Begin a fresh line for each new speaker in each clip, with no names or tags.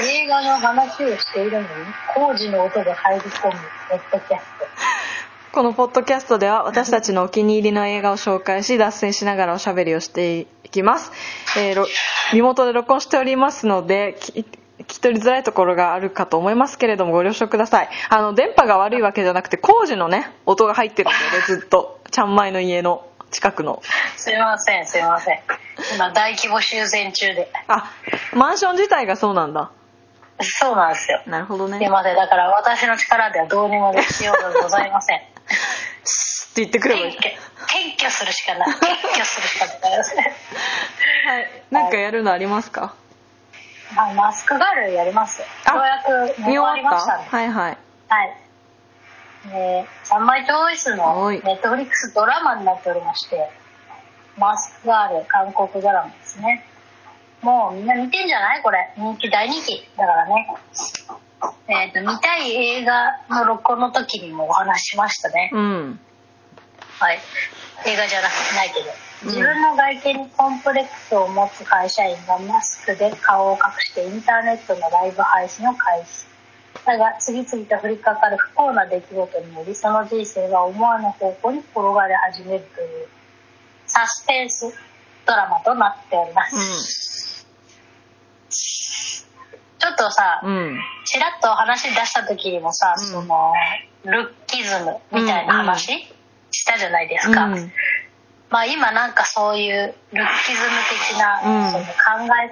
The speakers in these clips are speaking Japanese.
映画の話をしているのに工事の音が入り込むポッドキャスト
このポッドキャストでは私たちのお気に入りの映画を紹介し脱線しながらおしゃべりをしていきます、えーろリモートで録音しておりますのでき聞き取りづらいところがあるかと思いますけれどもご了承くださいあの電波が悪いわけじゃなくて工事のね音が入ってる のでずっとちゃんまいの家の近くの
すいませんすいません今大規模修繕中で
あマンション自体がそうなんだ
そうなんですよ
なるほどね
すいませんだから私の力ではどうにもできようがございま せん
って言ってくればい
撤
い
去撤去するしか ない撤去するしかないですね
はいなんかやるのありますか
あマスクガールやりますよ
あ
ようやく終
見終
わ
わ
り
っ
ま
た
したね
はいはい
はい。えー、三枚超イスの
はい
ネットフリックスドラマになっておりまして、マスクガール、韓国ドラマですね。もうみんな見てんじゃないこれ。人気、大人気。だからね。えっ、と、見たい映画の録音の時にもお話ししましたね。
うん
はい。映画じゃなくてないけど。
うん
自分の外見にコンプレックスを持つ会社員がマスクで顔を隠してインターネットのライブ配信を開始。だが、次々と降りかかる不幸な出来事により、その人生が思わぬ方向に転がり始めるという、サスペンスドラマとなっております。ちょっとさ、
うん
ちらっと話出した時にもさ、
うん
そのルッキズムみたいな話、したじゃないですか、
うん
まあ今なんかそういうルッキズム的な、
うん
その考え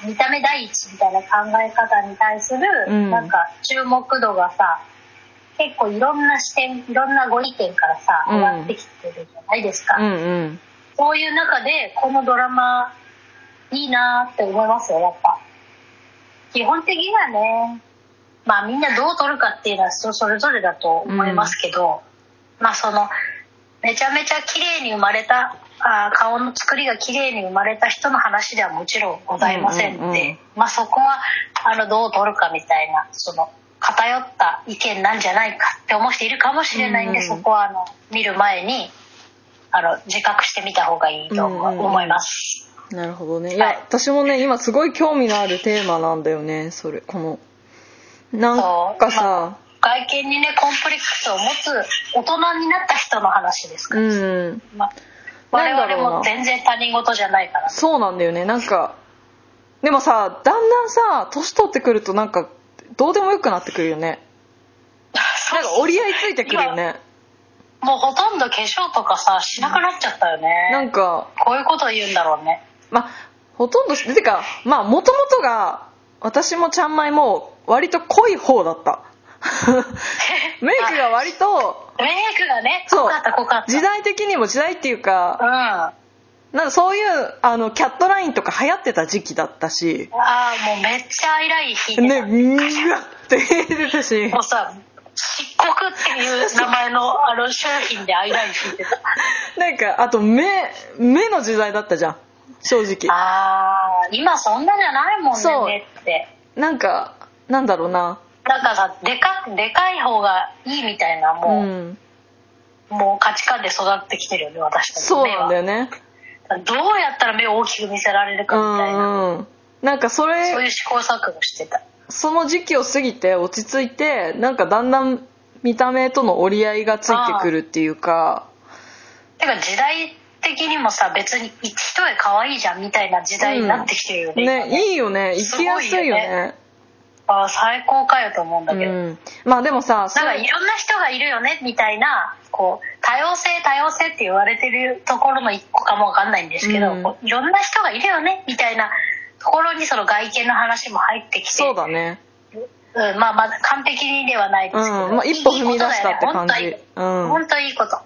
あの見た目第一みたいな考え方に対する、
うん
なんか注目度がさ結構いろんな視点いろんなご意見からさ
うん
上がってきてるじゃないですか、
うんうん
そういう中でこのドラマいいなーって思いますよやっぱ基本的にはねまあみんなどう撮るかっていうのは人それぞれだと思いますけど、まあそのめちゃめちゃ綺麗に生まれたあー顔の作りが綺麗に生まれた人の話ではもちろんございませんって、
うんうんうん
まあそこはあのどう撮るかみたいなその偏った意見なんじゃないかって思う人いるかもしれないんで、
うんうん
そこはあの見る前にあの自覚してみた方がいいと思,、
うんうん
思います。
なるほどね。い
はい
や、私もね、今すごい興味のあるテーマなんだよね、それ、この。なんかさ、
外見にねコンプレックスを持つ大人になった人の話ですか
う
ら、
ん。
まあ、
な
我
んだろうな
々も全然他人事じゃないから
そうなんだよね、なんか。でもさ、だんだんさ、年取ってくるとなんか、どうでもよくなってくるよ ね。なんか折り合いついてくるよね。
もうほとんど化粧とかさしなくなっちゃったよね、
なんか、
こういうこと言うんだろうね
まあ、ほとんど、てか、まあ、もともとが、私もちゃんまいも、割と濃い方だ った。メイクが割と、
メイクがね
そう
濃かった濃かった
時代的にも時代っていうか、
うんあ
なんかそういうあのキャットラインとか流行ってた時期だったし
あもうめっちゃアイライン引いて
ね
た、
みんなって言ってたし
もうさ漆黒っていう名前 のあの商品でアイライン引いてた
なんかあと目目の時代だったじゃん正直
ああ今そんなじゃないもん
そう
ねねって
なんかなんだろうな
なんかさでかでかい方がいいみたいな
う
もう、
ん
もう価値観で育ってきてるよね私たち
そうなんだよ
ね
ね
どうやったら目を大きく見せられる
う
かみたいな、
んうんなんかそ
そうい
れ
う試行錯誤してた
その時期を過ぎて落ち着いてなんかだんだん見た目との折り合いがついてくるっていうか
てか時代的にもさ別に一重可愛いじゃんみたいな時代になってきてるよね,今ね、
ねいいよね生きやすい
す
よ
ごいよ
ね
あー最高かよと思うんだけど、
うんまあでもさ
なん
そ
か
れ
いろんな人がいるよねみたいなこう多様性多様性って言われてるところの一個かもわかんないんですけど、
うん
こういろんな人がいるよねみたいなところにその外見の話も入ってきて
そうだね
うん、まあまだ完璧にではないですけど、
うんまあ一歩踏み出したって感じ
いいことだよね
うん
本当いいこと
い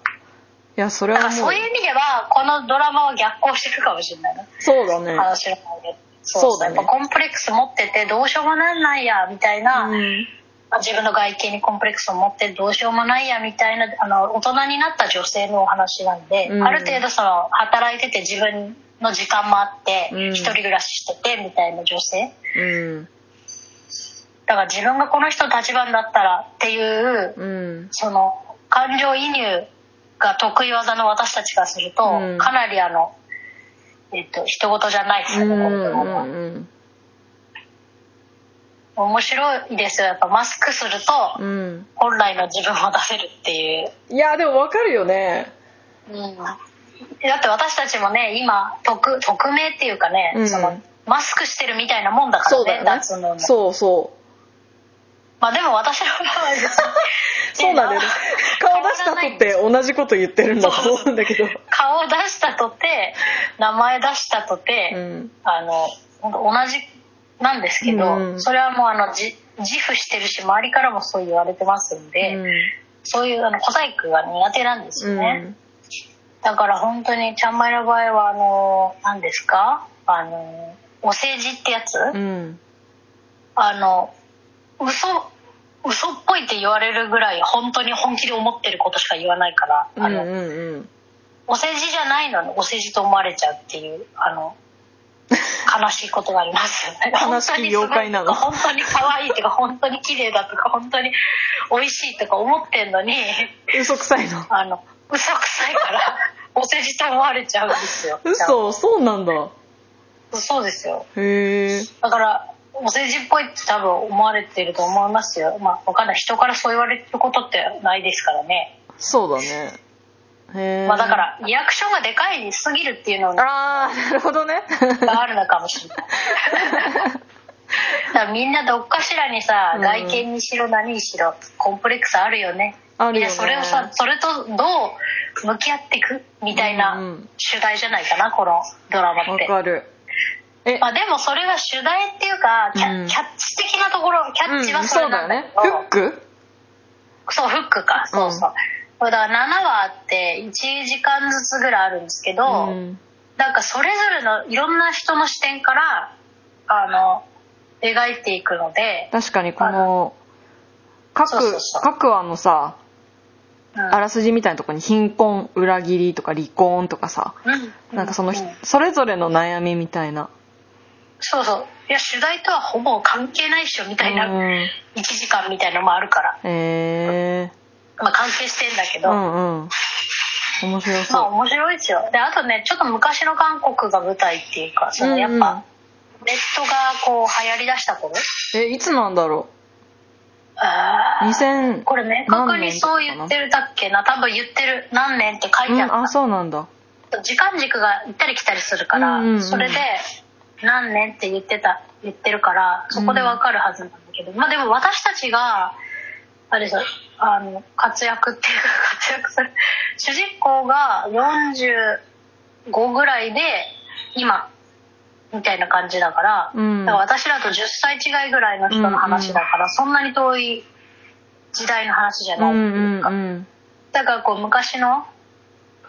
やそれ
だか
は
ら
も
そうういう意味ではこのドラマは逆行してるかもしれないな
そうだね
話の方で
そうだね
やっぱコンプレックス持っててどうしようもなんないやみたいな、
うん
まあ自分の外見にコンプレックスを持ってどうしようもないやみたいなあの大人になった女性のお話なんで、
うん
ある程度その働いてて自分の時間もあって、
うん
一人暮らししててみたいな女性
うん
だから自分がこの人の立場になったらっていう、
うん
その感情移入が得意技の私たちがすると、
うん
かなりあの、えっと人事じゃないです
う
よ
ん
ね、この
う
部分は
んうん
面白いですよやっぱマスクすると
うん
本来の自分を出せるっていう、
いやでもわかるよね
うん、だって私たちもね今匿匿名っていうかね、
うん
そのマスクしてるみたいなもんだから
そう
ね
だよ
脱毛
ね
も
そうそう
まあでも私の場合は
そうなんだよね顔出したとって同じこと言ってるんだと思うんだけど
顔を出したとて名前出したとて、
うん
あのほんと同じなんですけど、
うん
それはもうあのじ自負してるし周りからもそう言われてますんで、そういうあの小細工が苦手なんです
う
よ
ん
ね、だから本当にちゃんまいの場合はあの何ですかあのお世辞ってやつ、
うん
あの嘘嘘っぽいって言われるぐらい本当に本気で思ってることしか言わないから、
うんう
あの
んうん
お世辞じゃないのにお世辞と思われちゃうっていうあ の悲しいことがありますよね
悲しい妖怪なの
本当にすごい本当に可愛いとか本当に綺麗だとか本当に美味しいとか思ってんのに
嘘くさいの
あの嘘くさいから お世辞と思われちゃうんですよ
嘘そうなんだ
そうですよ
へえ
だからお世辞っぽいって多分思われてると思いますよまあわかんない人からそう言われることってないですからね、
そうだねへえ
まあだからリアクションがでかいすぎるっていうのが
ああなるほど ね
があるのかもし れないだからみんなどっかしらにさ、
うん
外見にしろ何にしろコンプレックスあるよね
あるよね
みんなそれをさそれとどう向き合っていくみたい
うんう
なん主題じゃないかなこのドラマっ
わ
て、
かるえ
まあ、でもそれが主題っていうかキャ,、
うん
キャッチ的なところキャッチはそれなんだけど、
うんそうだよねフック
そうフックかそうそう、これだから7話あって1時間ずつぐらいあるんですけど、
うん
なんかそれぞれのいろんな人の視点からあの描いていくので、
確かにこの各
そうそうそう
各話のさ
うん
あらすじみたいなとこに貧困裏切りとか離婚とかさ
うん
なんかその、
う
ひそれぞれの悩みみたいな
そうそういや主題とはほぼ関係ないっしょみたいな、
うんへ
1時間みたいのもあるから、
え
まあ、関係してんだけ
う
ど、ま
んうん面白
あ
そ
面白いですよであとねちょっと昔の韓国が舞台っていうかそのやっぱ、ネットがこう流行りだした頃
うえいつなんだろ
あ
う
ー
2000
これ明確にそう言ってるだっけな多分言ってる何年って書いてあっ
うん
た、
あそうなんだ
時間軸が行ったり来たりするから、
うんうんうん
それで何年って言ってた言ってるからそこでわかるはずなんだけど、まあでも私たちがあれですよあの活躍っていうか活躍する主人公が45ぐらいで今みたいな感じだから,、
うん
だから私らと10歳違いぐらいの人の話だから、そんなに遠い時代の話じゃ
う
ないって
ん
いうか、
うん
だからこう昔の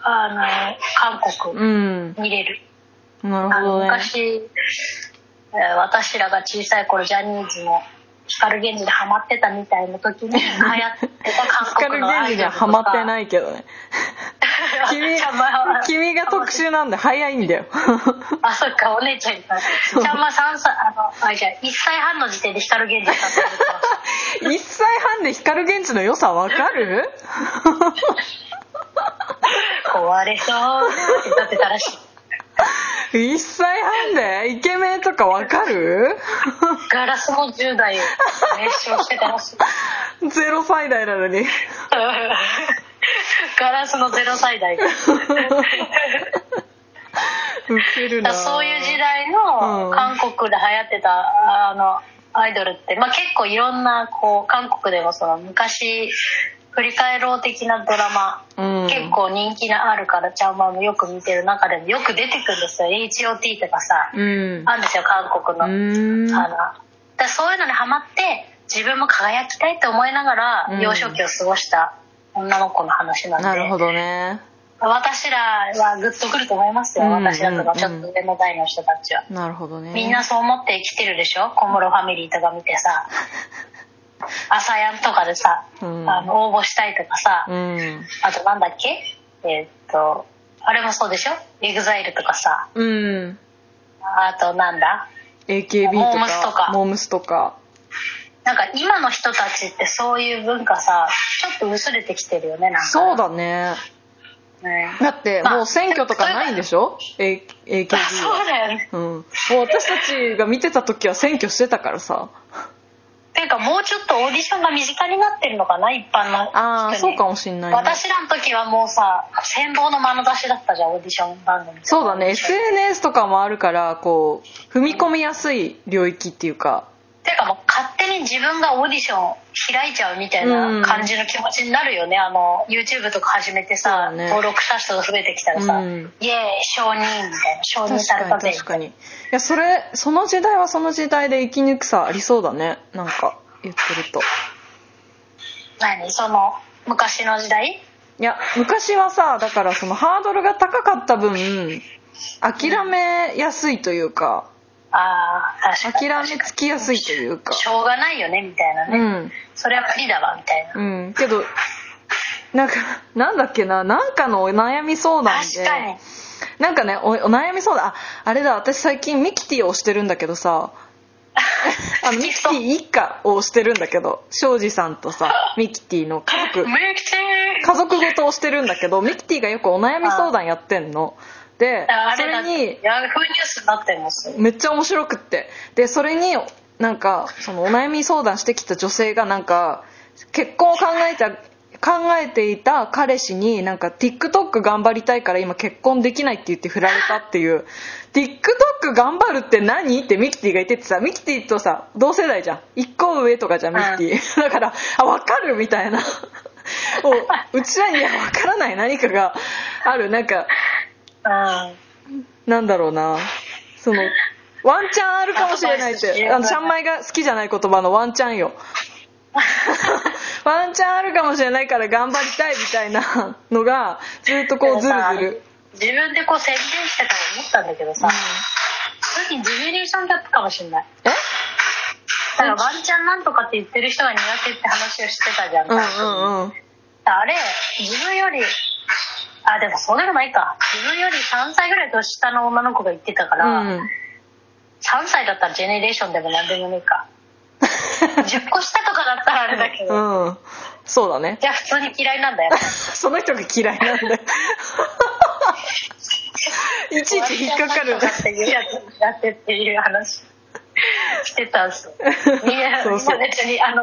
あの韓国、
うん
見れる。
うんなる
あ
ほ
の
どね
昔、えー私らが小さい頃ジャニーズの光源氏でハマってたみたいな時 に流行ってた韓
光
国のア
源
イ
氏
ドル
には
と
ハマって
い
ないけどね君君が特殊なんで早い んだよ
あそっかお姉ちゃんいたちゃんま3歳あのあじゃあ1歳半の時点で光源氏だったんですよ
一歳半で光源氏の良さわかる
壊れそうって歌ってたらしい
一歳半でイケメンとかわかる
ガラスの10代を熱唱してたら しい
ゼロ歳代なのに
ガラスの0歳代が
ウケる
だ
な
からそういう時代
う
の
ん
韓国で流行ってたあのアイドルって、まあ、結構いろんなこう韓国でもその昔振り返ろう的なドラマ、
うん
結構人気があるからちゃんまんもよく見てる中でもよく出てくるんですよ HOT とかさ、
うん
あるんですよ韓国の。
うん
あのだからそういうのにハマって自分も輝きたいと思いながら、
うん
幼少期を過ごした女の子の話なんで
なるほどね
私らはグッとくると思いますよ、
うん
私らとかちょっと上の代の人たちは、
なるほどね
みんなそう思って生きてるでしょ小室ファミリーとか見て さ朝やんとかでさ、
うん
あの応募したいとかさ、
うん
あとなんだっけえーっとあれもそうでしょエグザイルとかさ
うん
あとなんだ
AKB
モームスと
と
か
かモームスとか
なんか今の人たちってそういう文化さちょっと薄れてきてるよねなんか
そうだね
ね
だって
まあ
もう選挙とかないんでしょ、A- AKB
あ
は
そうだよね
うん、もう私たちが見てた時は選挙してたからさ
ていうかもうちょっとオーディションが身近になってるのかな一般の人に
ああそうかもしんないね
私らの時はもうさ羨望の眼差しだったじゃんオーディション番組とか
そうだね SNS とかもあるからこう踏み込みやすい領域っていうか
ていうかもう勝手に自分がオーディション開いちゃうみたいな感じの気持ちになるよね、あの YouTube とか始めてさ、
そうだね
登録者数が増えてきたらさ、
うん
イエーイ承認みたいな承認
確
され
か
た
に
ぜ
確かにいやそれその時代はその時代で生き抜くさありそうだねなんか言ってると
何その昔の時代
いや昔はさだからそのハードルが高かった分諦めやすいというか
ああ確か
諦
に
めつきやすいというか
しょうがないよねみたいな
う
ね、
ん
それは無理だわみたいな、
うんけどなんかなんだっけななんかのお悩み相談
確
で
かに
なんかねおお悩み相談ああれだ私最近ミキティを押してるんだけ どさあのミキティ一家を押してるんだけど庄司さんとさミキティの家族
めっちゃ
家族ごとをしてるんだけどミキティがよくお悩み相談やってんので
あ
そ
れだ
れ
に
に
ヤフーニュースになってるんですよ
めっちゃ面白くってでそれになんかそのお悩み相談してきた女性がなんか結婚を考えた考えていた彼氏になんか TikTok 頑張りたいから今結婚できないって言って振られたっていう TikTok 頑張るって何ってミキティが言っててさミキティとさ同世代じゃん1個上とかじゃんミキティ だからあ分かるみたいなおうちらには分からない何かがあるなんか
うん
なんだろうなそのワンチャンあるかもしれないっ
アドバイスして
て
る
あのちゃんまいが好きじゃない言葉のワンチャンよワンチャンあるかもしれないから頑張りたいみたいなのがずっとこうずるずる、
自分でこう宣言してから思ったんだけどさ、最近ジェネレーションギャップかもしれない
え
だからワンチャンなんとかって言ってる人が苦手って話をしてたじゃん,、
うんうんうん
あれ自分よりあでもそうでもないか自分より3歳ぐらい年下の女の子が言ってたから、
うん
3歳だったらジェネレーションでも何でもねえか10個下とかだったらあれだけど、
うんそうだね
じゃあ普通に嫌いなんだよ
その人が嫌いなんだよいちいち引っかかる
ワンチャンなんとかっていうやつになってっていう話してたんですよみんな
そうそ
み
う
んな別にあの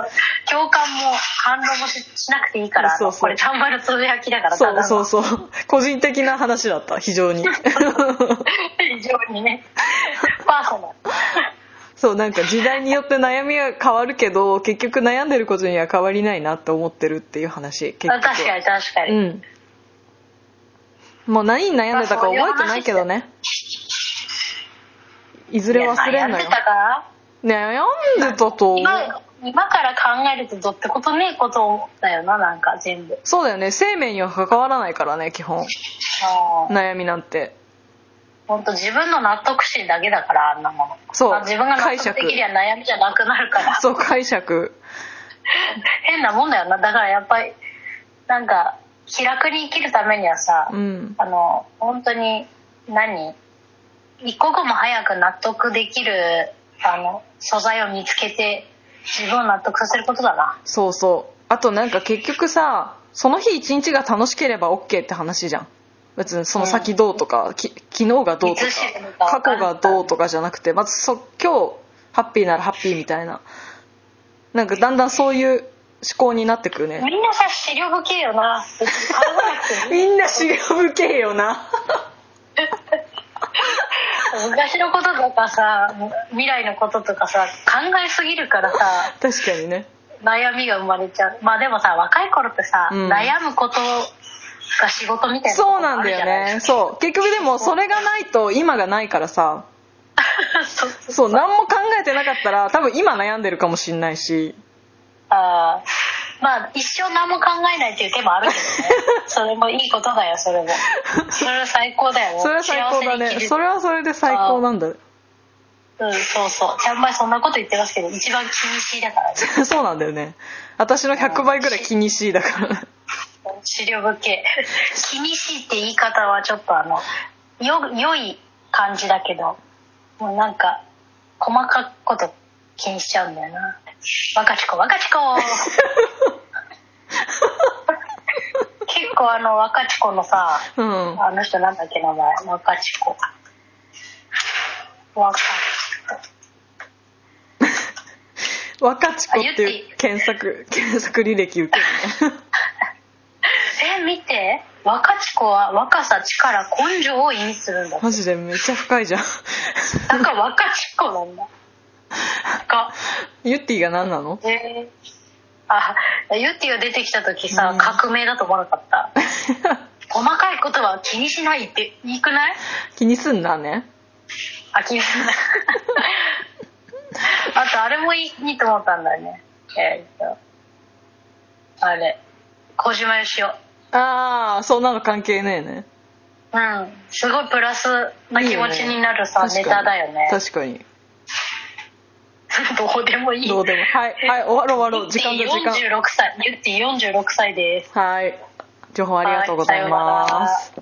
共感も反論もししなくていいからあの
そうそう
これたんまるつぶやきだからただ
そう
の
そうそう個人的な話だった非常 に
非常にねパーソナル
そうなんか時代によって悩みは変わるけど結局悩んでることには変わりないなって思ってるっていう話結局は
確かに確かに、
うんもう何に悩んでたか覚えてないけどねいずれ忘れんの
いや悩んで
よ
たか
悩んでたと思う
今今から考えるとどってことねえことだよななんか全部
そうだよね生命には関わらないからね基本
あー
悩みなんて
本当自分の納得心だけだからあんなもの
そう
まあ自分が納
解
得
釈
できりゃ悩みじゃなくなるから
そう解釈
変なもんだよなだからやっぱりなんか気楽に生きるためにはさ、
うん
あの本当に何一刻も早く納得できるあの素材を見つけて自分を納得させることだな
そうそうあとなんか結局さその日一日が楽しければ OK って話じゃん別にその先どうとか、き昨日がどうと
いつ死ぬか分か
か過
ん
去
ない
がどうとかじゃなくてまずそ今日ハッピーならハッピーみたいななんかだんだんそういう思考になってくるね
みんなさ資料不けよな別に考えなくて
みんな資料受けよな
も昔のこととかさ未来のこととかさ考えすぎるからさ
確かにね
悩みが生まれちゃうまあでもさ若い頃ってさ、
うん
悩むことが仕事みたいなとこ
そう
も
なん
ある
だ
じゃ
よ
ない
ねそう結局でもそれがないと今がないからさ
そうそう
そう何も考えてなかったら多分今悩んでるかもしんないし
あーまあ一生何も考えないっていう手もあるけ どねそれもいいことだよそれもそれは最高だよ
それは最高
幸
だ
せに
ね
生きる
それはそれで最高なんだ
うんそうそうちゃんまいそんなこと言ってますけど一番気にしいだからね
そうなんだよね私の100倍ぐらい気にしいだから
資料向 け気にしいって言い方はちょっとあのよ良い感じだけどもうなんか細かくこと気にしちゃうんだよな若ちこ若ち こ結構あの若ちこのさ
うん
あの人なんだっけ名前若ちこ若
若ちこっ
あ
て
ゆ
い
っ
う検索検索履歴受けるね
え見て若智子は若さ力根性を意味するんだ
マジでめっちゃ深いじゃん
なんか若智子なんだか
ゆってぃが何なの
えー、あユッティが出てきた時さ、
うん
革命だと思わなかった細かいことは気にしないっていいくない
気にすんなね
あ気にしない あとあれもいいいいと思ったんだねえーっとあれ小島よしお
ああそんなの関係ねえね
うんすごいプラスな気持ちになるさ
いい
ネタだよね
確かに
どうでもいい
どうでもはいはい終わろう終わろう時間だ
ユッ
時
ティ
間
46歳ユッティ46歳です
はい情報ありがとうござい
はいさような
ま
ら
す